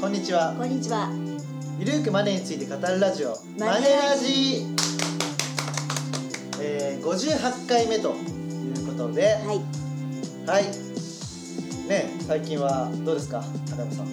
こんにちはこんにちは。ゆるくマネーについて語るラジオマネマネララジえー、58回目ということでははい。い、ね最近はどうですか高山さんあ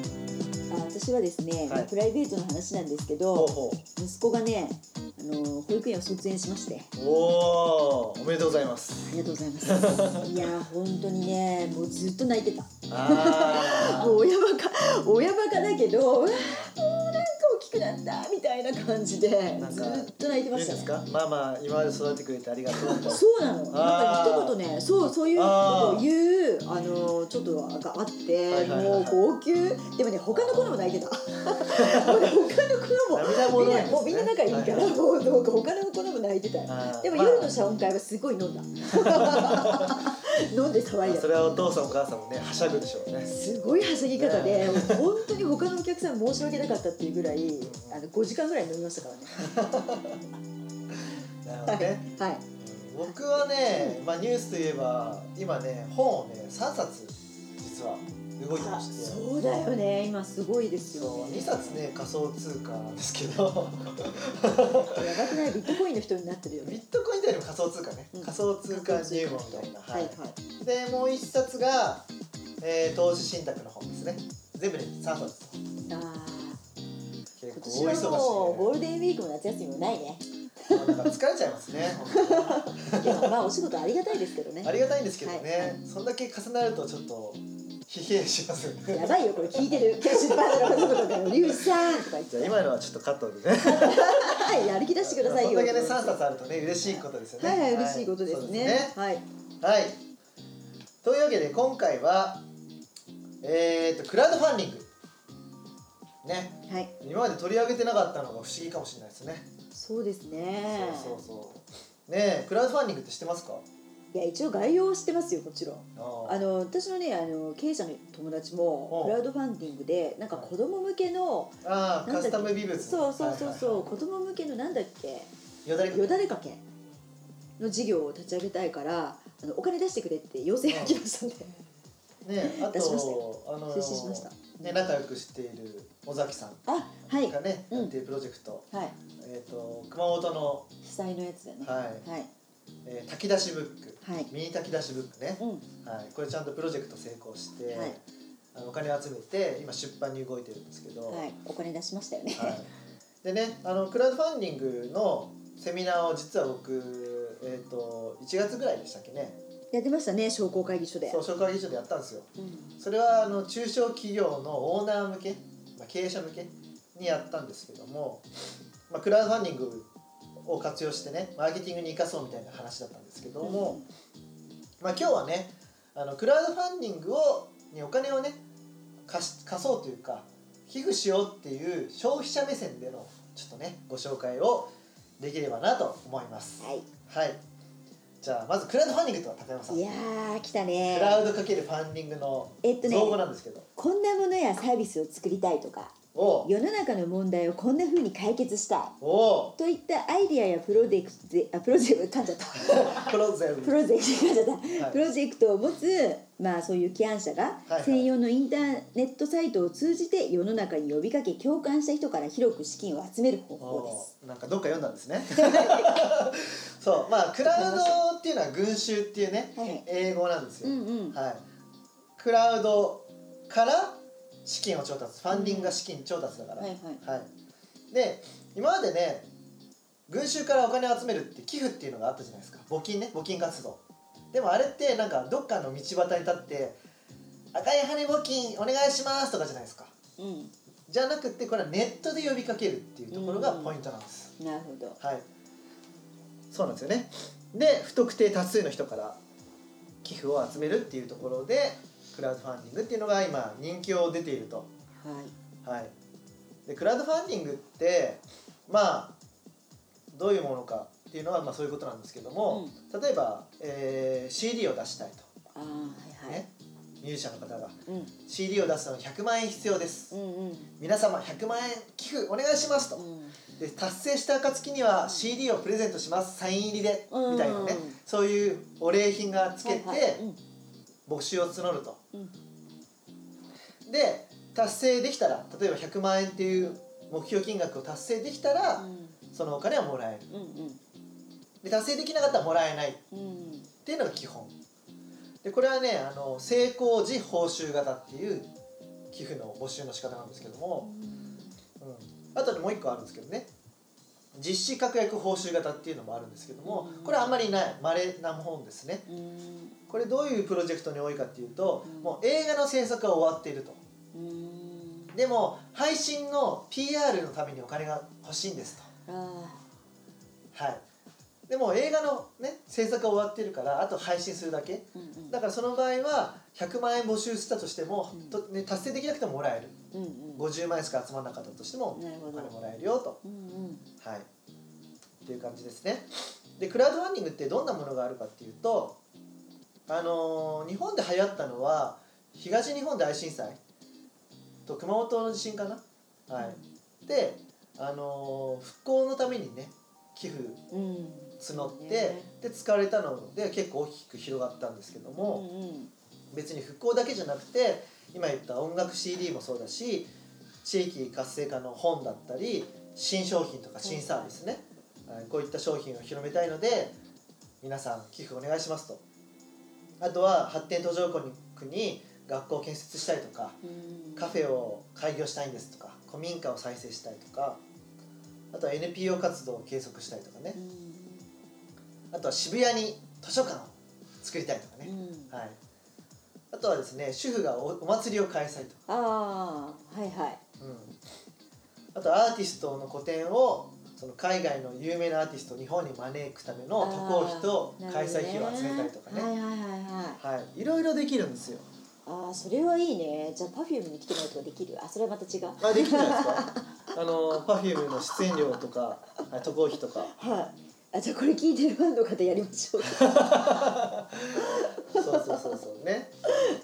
私はですね、はいプライベートの話なんですけほうど、ほ息子がね、あの保育園を卒園しまして、うおおおめでとうございますありがとうござい ます。いやー本当にね、もうずっと泣いてた。 あもう親バカ親バカだけど、うわーもうなんか大きくなったみたいな感じでなんずかっと泣いてーまいいしでたすね。かママ今まで育ててくれてありがとうとそうなの。なんあかー一言ね、そうそういうことを言うあのちょっとがあって、はいはいはいもう号泣。でもね他の子のも泣いてた。 もうね他の子のも。涙もみんろいですなねもうみんな仲いいから、はもうなんか他の子のも泣いてたよあーでもまあ夜の謝恩会はすごい飲んだ 飲んで騒いそだれはお父さんお母さんもねはしゃぐでしょうねすごいはしゃぎ方で本当に他のお客さん申し訳なかったっていうぐらいあの5時間ぐらい飲みましたからねなるほどはね、い、はい、僕はね、まあ、ニュースといえば今ね本をね3冊実は動いてまあしてそうだよね今すごいですよそうね2冊ね仮想通貨なんですけ どやばくないビットコインの人になってるよビねットコインというよりも仮想通貨ね、うん仮想通貨入門みたいな、はいはいい、でもう1冊が、えー投資信託の本ですね全部で3冊とあー結構大今忙しい、年ねはもうゴールデンウィークも夏休みもないねもうなんか疲れちゃいますね本当にいやまあお仕事ありがたいですけどねありがたいんですけどね、はいはそんだけ重なるとちょっと疲弊しますよねやばいよこれ聞いてるキャッシュバーの方とかで「リュウジさん」とか言ってじゃ あ今のはちょっとカットでねはいやる気出してくださいよこんだけね三冊あるとね嬉しいことですよね。はいはい嬉しいことですね,、はいはいそうですねはい。というわけで今回はえっ、とクラウドファンディングねはい今まで取り上げてなかったのが不思議かもしれないですね。そうですねそうそうそう。ねえクラウドファンディングって知ってますか？いや一応概要をしてますよもちろんあーあの私のねあの経営者の友達もうんクラウドファンディングでなんか子供向けのあーなカんだっスけタム美物。そうそうそうそう、は子供向けのなんだっけいはいはい。よだれよだれかけの事業を立ち上げたいからあのお金出してくれって要請が来ましたね、ねえあ出しましたよとあの出資しましたね仲良くしている尾崎さんあはいがね、うんやってるプロジェクト、はいえっ、と熊本の被災のやつだよねはいはいえー炊き出しブック、はいミニ炊き出しブックね、うんはい、これちゃんとプロジェクト成功して、はいあのお金を集めて今出版に動いてるんですけど、はい、お金出しましたよね。はいでねあのクラウドファンディングのセミナーを実は僕、えー、と1月ぐらいでしたっけね やってましたね、商工会議所で。そう紹介議所でやったんですようんそれはあの中小企業のオーナー向け、まあ、経営者向けにやったんですけども、まあ、クラウドファンディングを活用してねマーケティングに生かそうみたいな話だったんですけども、まあ、今日はねあのクラウドファンディングをにお金をね貸し貸そうというか寄付しようっていう消費者目線でのちょっとねご紹介をできればなと思いますはい。はいじゃあまずクラウドファンディングとは高山さんいクやー、来たね。ラウドかけるファンディングのえっとね、造語なんですけど、こんなものやサービスを作りたいとか、おう世の中の問題をこんな風に解決したい。おうといったアイディアやプロデクゼあプロジェクト噛んじ ゃったプロゼンプロジェクト噛んじゃった、はいプロジェクトを持つまあそういう起案者がいはい専用のインターネットサイトを通じて世の中に呼びかけ共感した人から広く資金を集める方法でおすうなんかどっか読んだんですね そうまあクラウドっていうのは群衆っていうね、はいはい英語なんですよ、うんうんはい、クラウドから資金を調達ファンディングが資金調達だから、はいはいで今までね群衆からお金を集めるって寄付っていうのがあったじゃないですか募金ね募金活動でもあれってなんかどっかの道端に立って「赤い羽募金お願いします」とかじゃないですかうんじゃなくてこれはネットで呼びかけるっていうところがポイントなんです、なるほどはいそうなんですよねで不特定多数の人から寄付を集めるっていうところでクラウドファンディングっていうのが今人気を出ているとはいはいでクラウドファンディングってまあどういうものかっていうのはまあそういうことなんですけども、例えば、えー CD を出したいと、ああはいはい、ね、ミュージシャンの方がうん CD を出すのに100万円必要ですうんうん皆様100万円寄付お願いしますと、で達成した暁には CD をプレゼントしますサイン入りでうんみたいなねそういうお礼品がつけはいはいて募集を募るとうんうんで達成できたら例えば100万円っていう目標金額を達成できたら、そのお金はもらえるうんうんで達成できなかったらもらえないっうんていうのが基本でこれはねあの成功時報酬型っていう寄付の募集の仕方なんですけども、うん、あとでもう一個あるんですけどね実施確約報酬型っていうのもあるんですけどもうんこれはあんまりない稀なもんですねうんこれどういうプロジェクトに多いかっていうと、うんもう映画の制作は終わっているとうんでも配信の PR のためにお金が欲しいんですああとはいでも映画のね制作は終わってるからあと配信するだけうんうんだからその場合は100万円募集したとしても、うんとね、達成できなくてももらえるうんうん50万円しか集まらなかったとしてもなるほお金もどらえるよとうんうんはい、っていう感じですね。でクラウドファンディングってどんなものがあるかっていうと、あのー日本で流行ったのは東日本大震災と熊本の地震かな、はい、で、あのー復興のためにね寄付うん募って、ねで使われたので結構大きく広がったんですけどうも、んうん別に復興だけじゃなくて今言った音楽 CD もそうだし地域活性化の本だったり新商品とか新サービスね、はいこういった商品を広めたいので皆さん寄付お願いしますとあとは発展途上国に学校を建設したいとかうんカフェを開業したいんですとか古民家を再生したいとかあとは NPO 活動を継続したいとかねうんあとは渋谷に図書館を作りたいとかね、うんはい、あとはですね主婦がおお祭りを開催とか、ああはいはいうん、あとアーティストの個展をその海外の有名なアーティストを日本に招くための渡航費とあー開催費を集めたりとかねなるほどねはいはいはいはいはい、いろいろできるんですよああそれはいいねじゃあ Perfume に来てもらうとかできるあそれはまた違うあできるじゃないですかあの Perfume の出演料とかはい渡航費とかはいあじゃあこれ聞いてるファンの方やりまし ょうそうそうそうそうね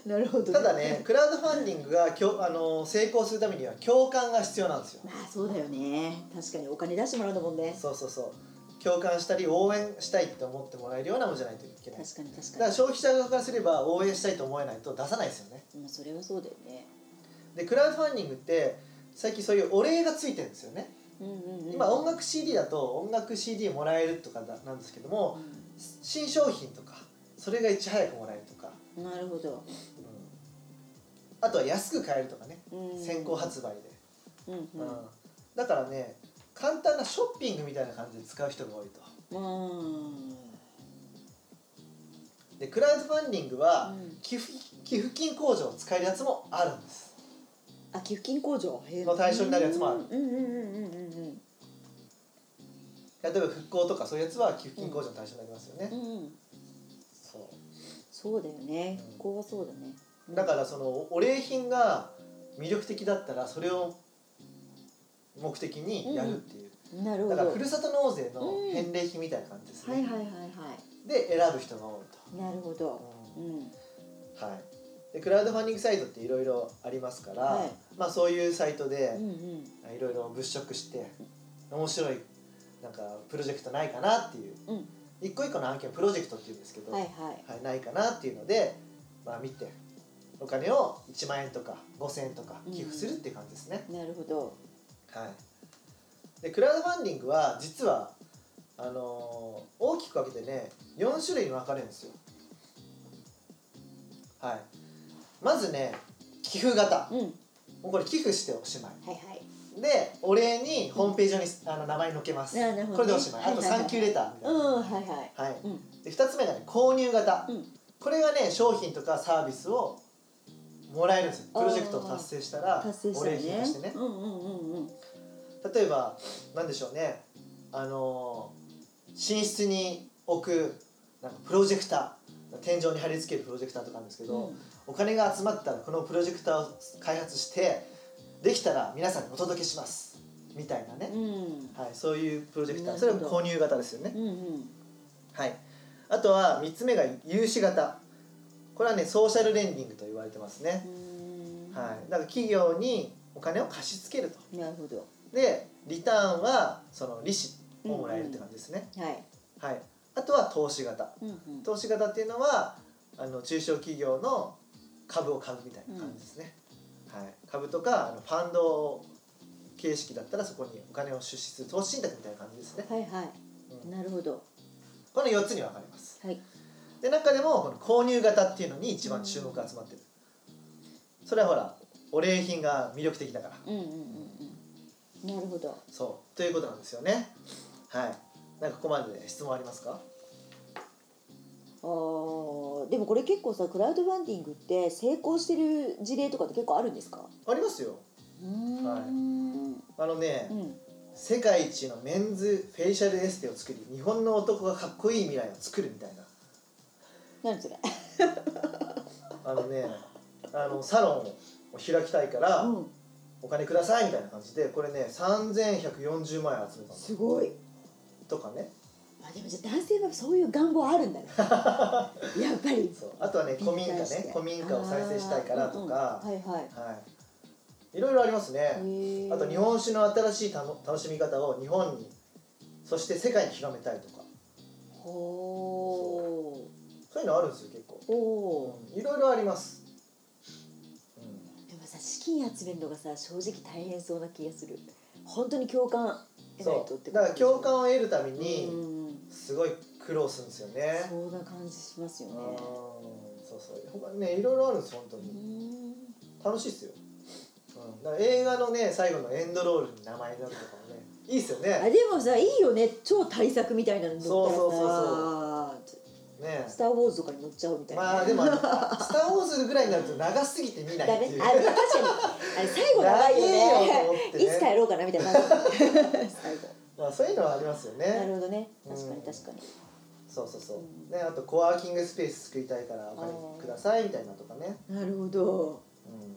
なるほど、ただねクラウドファンディングがきょあの成功するためには共感が必要なんですよまあそうだよね確かにお金出してもらうんだもんねそうそうそう共感したり応援したいって思ってもらえるようなものじゃないといけない確かに確だかからに消費者側からすれば応援したいと思えないと出さないですよねまあそれはそうだよねでクラウドファンディングって最近そういうお礼がついてるんですよね、うんうんうん今音楽 CD だと音楽 CD もらえるとかだなんですけども新商品とかそれがいち早くもらえるとか、うんなるほど、うんあとは安く買えるとかねうん、先行発売で、うんうんうんだからね簡単なショッピングみたいな感じで使う人が多いとうんでクラウドファンディングはうん寄付寄付金控除を使えるやつもあるんですあ寄付金控除へえの対象になるやつもあるうんうんうんうんうんうん例えば復興とかそういうやつは寄付金控除の対象になりますよね、うんうんそうそうだよねうんここはそうだねうんだからそのお礼品が魅力的だったらそれを目的にやるっていう、なるほだどからふるさと納税のうん返礼品みたいな感じですね、はいはいはいはで選ぶ人が多いいなるほと、どうんうんはいでクラウドファンディングサイトっていろいろありますから、はいまあそういうサイトうでんうんいろいろ物色して面白いなんかプロジェクトないかなっていううん一個一個の案件をプロジェクトっていうんですけど、はいはいはい、ないかなっていうので、まあ、見てお金を1万円とか5,000円とか寄付するっていう感じですね、なるほど。はいでクラウドファンディングは実はあのー大きく分けてね4種類に分かれるんですよはいまずね寄付型うん。はいもうこれ寄付しておしまはい。いでお礼にホームページ上に、あの名前載っけます、なるほどねこれでおしまいあとはいはいはいサンキューレターみたういな、んはいはい。はい、うんで2つ目がね購入型、うんこれがね商品とかサービスをもらえるんですよプロジェクトを達成したら達成しおた礼品とねしてね。うんうんうんうん。例えば何でしょうねあのー寝室に置くなんかプロジェクター天井に貼り付けるプロジェクターとかあるんですけど、お金が集まったらこのプロジェクターを開発してできたら皆さんにお届けしますみたいなねう、んはい、そういうプロジェクターなそるれほもど購入型ですよねう。んうん。はい、あとは3つ目が融資型これはねソーシャルレンディングと言われてますね、うんはい、だから企業にお金を貸し付けるとい。なるほど。でリターンはその利子をもらえるって感じですね、はい。はい、あとは投資型うんうん。投資型っていうのはあの中小企業の株を買うみたいな感じですね、はい、株とかあのファンド形式だったらそこにお金を出資する投資信託みたいな感じですね、はいはういんなるほどこの4つに分かれますはいで中でもこの購入型っていうのに一番注目が集まってるそれはほらお礼品が魅力的だからうんうんうんうんなるほどそうということなんですよねはいなんかここまでで質問ありますかあーでもこれ結構さクラウドファンディングって成功してる事例とかって結構あるんですかありますようーんはいあのね、うん世界一のメンズフェイシャルエステを作り日本の男がかっこいい未来を作るみたいな何それあのねあのサロンを開きたいから、うんお金くださいみたいな感じでこれね3140万円集めたのすごいとかねあでもじゃあ男性はそういう願望あるん だねやっぱりそうあとはね古民家理解してね古民家を再生したいからとかあ、ーうんうんはいはいはい、いろいろありますねへーあと日本酒の新しいたの楽しみ方を日本にそして世界に広めたいとかほそういうのあるんですよ結構ーほうんいろいろあります、うん、ーでもさ資金集めるのがさ正直大変そうな気がする本当に共感得ないそとってうことだから共感を得るためにうんすごい苦労するんですよねそうな感じしますようねんそうそう他にねいろいろあるんです本当うに、ーん楽しいっすよ、うん、だから映画のね最後のエンドロールに名前になるとかもねいいっすよあねでもさいいよね超大作みたいなのに乗ったらさそうそうねスター・ウォーズ」とかに乗っちゃうみたいな、まあでも「 スター・ウォーズ」ぐらいになると長すぎて見なダいメっていうあ確かにあれ最後長いよ長えよとね思っていつかやねろうかなみたいな感じ最後まあそういうのはありますよなるねほどねうん確かに確かにそうそうそううんねあとコワーキングスペース作りたいからお金くださいみたいなとかねなるほど、うん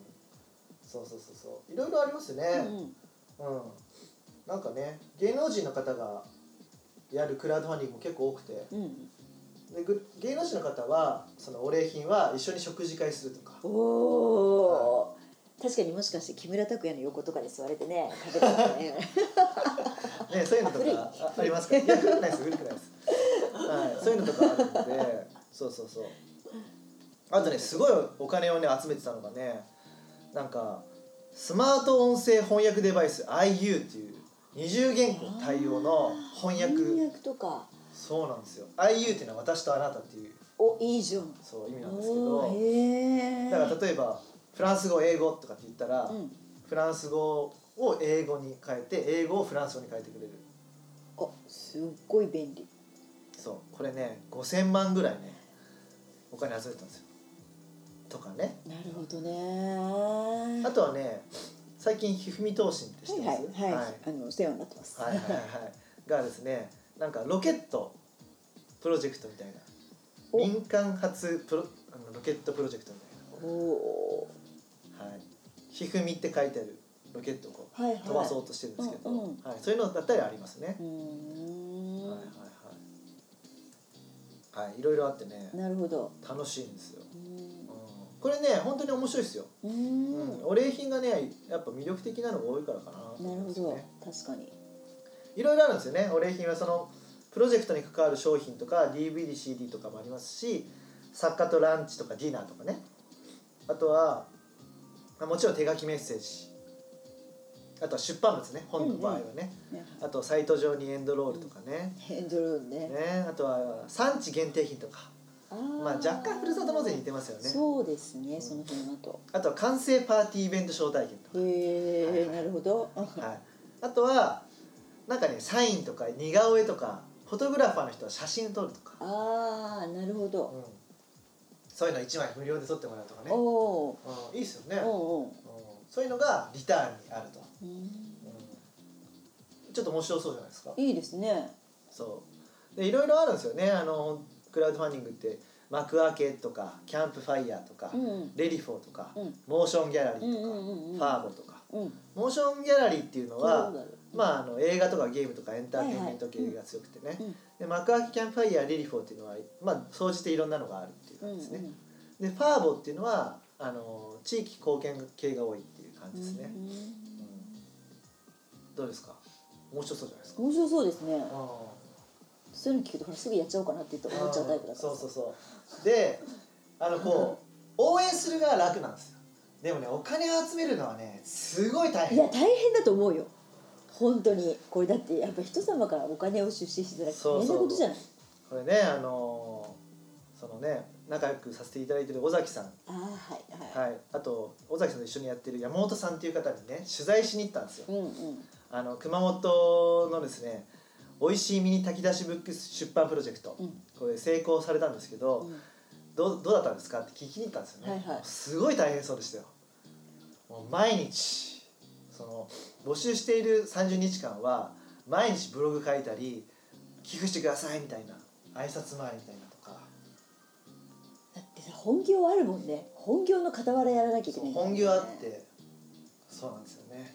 そうそうそうそういろいろありますようねん、うん、なんかね芸能人の方がやるクラウドファンディングも結構多くてうん、でぐ芸能人の方はそのお礼品は一緒に食事会するとかおおー、確かにもしかして木村拓哉の横とかで座れてね食べた らねね、そういうのとか古いあありますから、いや古くないです古くないです、はい、そういうのとかあるのでそうそうそうあとねすごいお金をね集めてたのがねなんかスマート音声翻訳デバイス IU っていう二重言語対応の翻翻訳訳とかそうなんですよ IU っていうのは私とあなたっていうおいいじゃんそう意味なんですけおーどへえだから例えばフランス語英語とかって言ったら、うん、フランス語を英語に変えて英語をフランス語に変えてくれるあすっごい便利そうこれね5000万ぐらいねお金集めてたんですよとかねなるほどねあとはね最近ひふみ投信って知ってますはいはい、ははいい、あのお世話になってます。はいはいはいがですねなんかロケットプロジェクトみたいなお民間初プロあのロケットプロジェクトみおおたいなはいひふみって書いてあるロケットをこうー、はいはい。飛ばそうとしてるんですけど、うはいんうんそういうのだったりありますね、うーん、はいはいはいはいいろいろあってねなるほど。楽しいんですよ、ううんん、これね本当に面白いですよ、ううんん、お礼品がねやっぱ魅力的なのが多いからかなとな思うるんほですよどね、確かに。いろいろあるんですよねお礼品はそのプロジェクトに関わる商品とか DVDCD とかもありますし作家とランチとかディナーとかねあとはあもちろん手書きメッセージあとは出版物ね本の場合はね、ねあとサイト上にエンドロールとかね、ヘンドルーンね。ね、あとは産地限定品とか、あまあ、ま若干ふるさと納税に似てますよねそうですね、その辺だと。あとは完成パーティーイベント招待券とはいへはえ、いなるほど。か、はい、あとはなんかねサインとか似顔絵とかフォトグラファーの人は写真撮るとか、ああ、なるほうど。ん、そういうの1枚無料で撮ってもらうとかね、おおうん、いいっすよね、ー、うん、おうそういうのがリターンにあると、おう。うんうん、ちょっと面白そうじゃないですかいいですね。そうでいろいろあるんですよねあのクラウドファンディングって幕開けとかキャンプファイヤーとか、うん、レリフォーとか、うんモーションギャラリーとか、うんうんうんうんファーゴとかうん、モーションギャラリーっていうのはどうなるまあ、あの映画とかゲームとかエンターテインメント系が強くてね、うんで幕開けキャンプファイヤーレリフォーっていうのはまあ総じていろんなのがあるっていうう感んじですね、うんでファーボっていうのはあの地域貢献系が多いっていう感じですね、うんどうですか面白そうじゃないですか、面白そうですね。あそういうの聞くとほらすぐやっちゃおうかなってー思っちゃうタイプだからそうそうそうであのこう応援する側は楽なんですよでもねお金を集めるのはねすごい大いや変大変だと思うよ本当にこれだってやっぱ人様からお金を出資しづらくてそうそう大変なことじゃないこれねあのーそのね仲良くさせていただいてる尾崎さん、ああはいはい、はい、あと尾崎さんと一緒にやってる山本さんっていう方にね取材しに行ったんですようんうんあの熊本のですね美味しいミニ炊き出しブックス出版プロジェクト、うんこれ成功されたんですけど、うんどうどうだったんですかって聞きに行ったんですよね、はいはいすごい大変そうでしたよもう毎日その募集している30日間は毎日ブログ書いたり寄付してくださいみたいな挨拶回りみたいなとかだってさ本業あるもんね本業の傍らやらなきゃいけそなういからね本業あってそうなんですよね、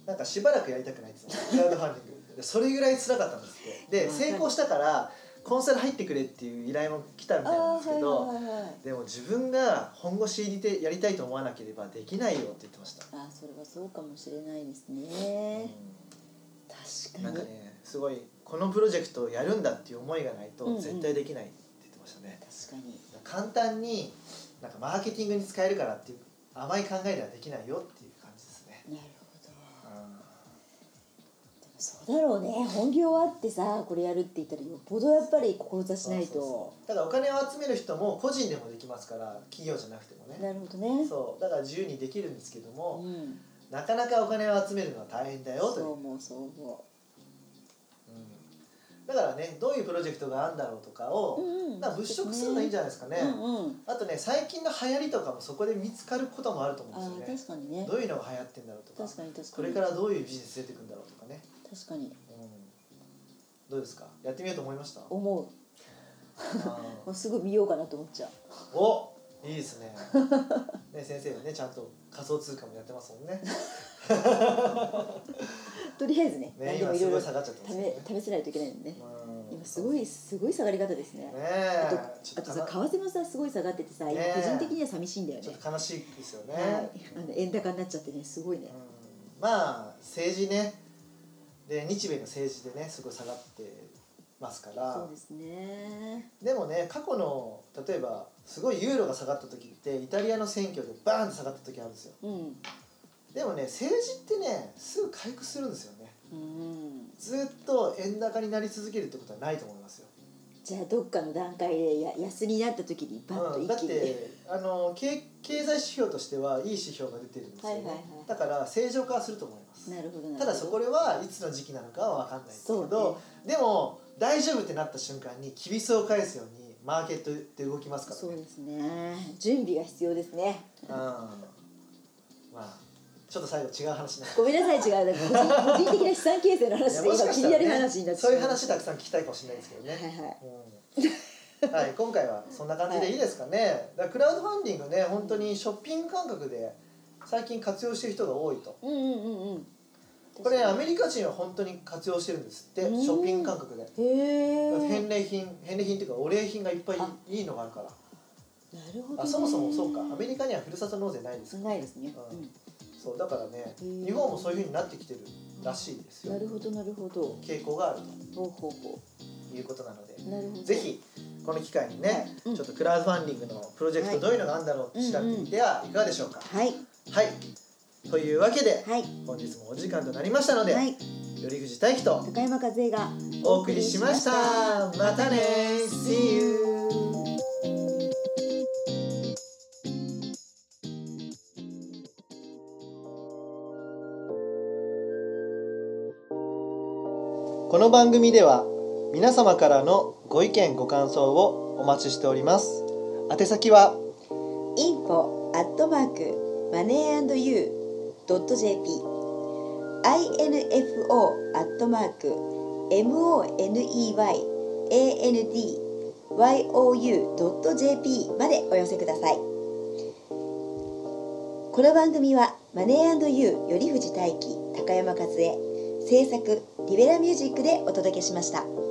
うん、なんかしばらくやりたくないですねクラウドファンディングでそれぐらい辛かったんですってでわかる成功したからコンサル入ってくれっていう依頼も来たみたいなんあですあはけいど、はいはいはいでも自分が本腰入りでやりたいと思わなければできないよって言ってました、ああそれはそうかもしれないですうね、ん確なかんにかねすごいこのプロジェクトをやるんだっていう思いがないうんうとん絶対できないって言ってましたね、確かに簡単になんかマーケティングに使えるからっていう甘い考えではできないよっていう感じですね、なるほどうでもそうだろうね本業あってさこれやるって言ったらよっぽどやっぱり志んしないとそうそうそうだからお金を集める人も個人でもできますから企業じゃなくてもねなるほどねそうだから自由にできるんですけども、ん、なかなかお金を集めるのは大変だよといそうう思うそう思だからねどういうプロジェクトがあるんだろうとかう、を、うんうん、なんか物色するのいいんじゃゃないですかね、うんうん、あとね最近の流行りとかもそこで見つかることもあると思あうんあです確かにねよねどういうのが流行ってんだろうとか確かに確かにこれからどういうビジネス出てくんだろうとかね、確かにうん、どうですかやってみようと思いました思うもあうすぐ見ようかなと思っちゃうーおいいで すねね先生はねちゃんと仮想通貨もやってますもんねとりあえずねね何で今もいろすいごろい下がっちゃってますよね試試せないといけないのねうん今すごいすごい下がり方ですねねあとえあとさちょっ為替もさすごい下がっててさ、今ね個人的には寂しいんだよねちょっと悲しいですよね、はい、あの円高になっちゃってねすごいね、うんまあ政治ねで日米の政治でねすごい下がってますかそらうですねでもね過去の例えばすごいユーロが下がった時ってイタリアの選挙でバーンって下がった時あるんですようんでもね政治ってねすぐ回復するんですよねうんずっと円高になり続けるってことはないと思いますよ、じゃあどっかの段階でや安になった時にバッとうん、一だっ気に、ねてあの経経済指標としてはいい指標が出てるんですよね、はいはいはいだから正常化はすると思いますなるほどなるほたどだそこではいつの時期なのかは分かんないですけそうど、でも大丈夫ってなった瞬間に厳しさを返すようにマーケットって動きますかそらうねですね準備が必要ですねうんまあちょっと最後違う話に なっごめんなさい違う個人個人的な資産形成のい話やでもし今か気したらになねる話になってそういうま話たくさん聞きたいかもしれないですけどね、はいはいうんはい、今回はそんな感じでいいですかね、だからクラウドファンディングね本当にショッピング感覚で最近活用してる人が多いとうんうんうんうんこれアメリカ人は本当に活用してるんですってシうんョッピング感覚でへえ返礼品返礼品っていうかお礼品がいっぱいあいいのがあるからなるほど、あね、そもそもそうかアメリカにはふるさと納税ないですからないですね、ううんんそうだからねー日本もそういうふうになってきてるらしいですなよるほどなるほど傾向があるほうほうほということなのでうなるほどぜひこの機会にはいね、うんちょっとクラウドファンディングのプロジェクはトいどういうのがあるんだろうって調べてみてはいかがでしょうか、はいはいというわけではい本日もお時間となりましたので、はいより寄り口大輝と高山和恵がお送りしましたまたね See youこの番組では皆様からのご意見ご感想をお待ちしております宛先は info アットマークマネーアンドユードット JP info アットマーク moneyandyou.jp までお寄せくださいこの番組はマネーユーより富士大輝高山和恵制作リベラミュージックでお届けしました。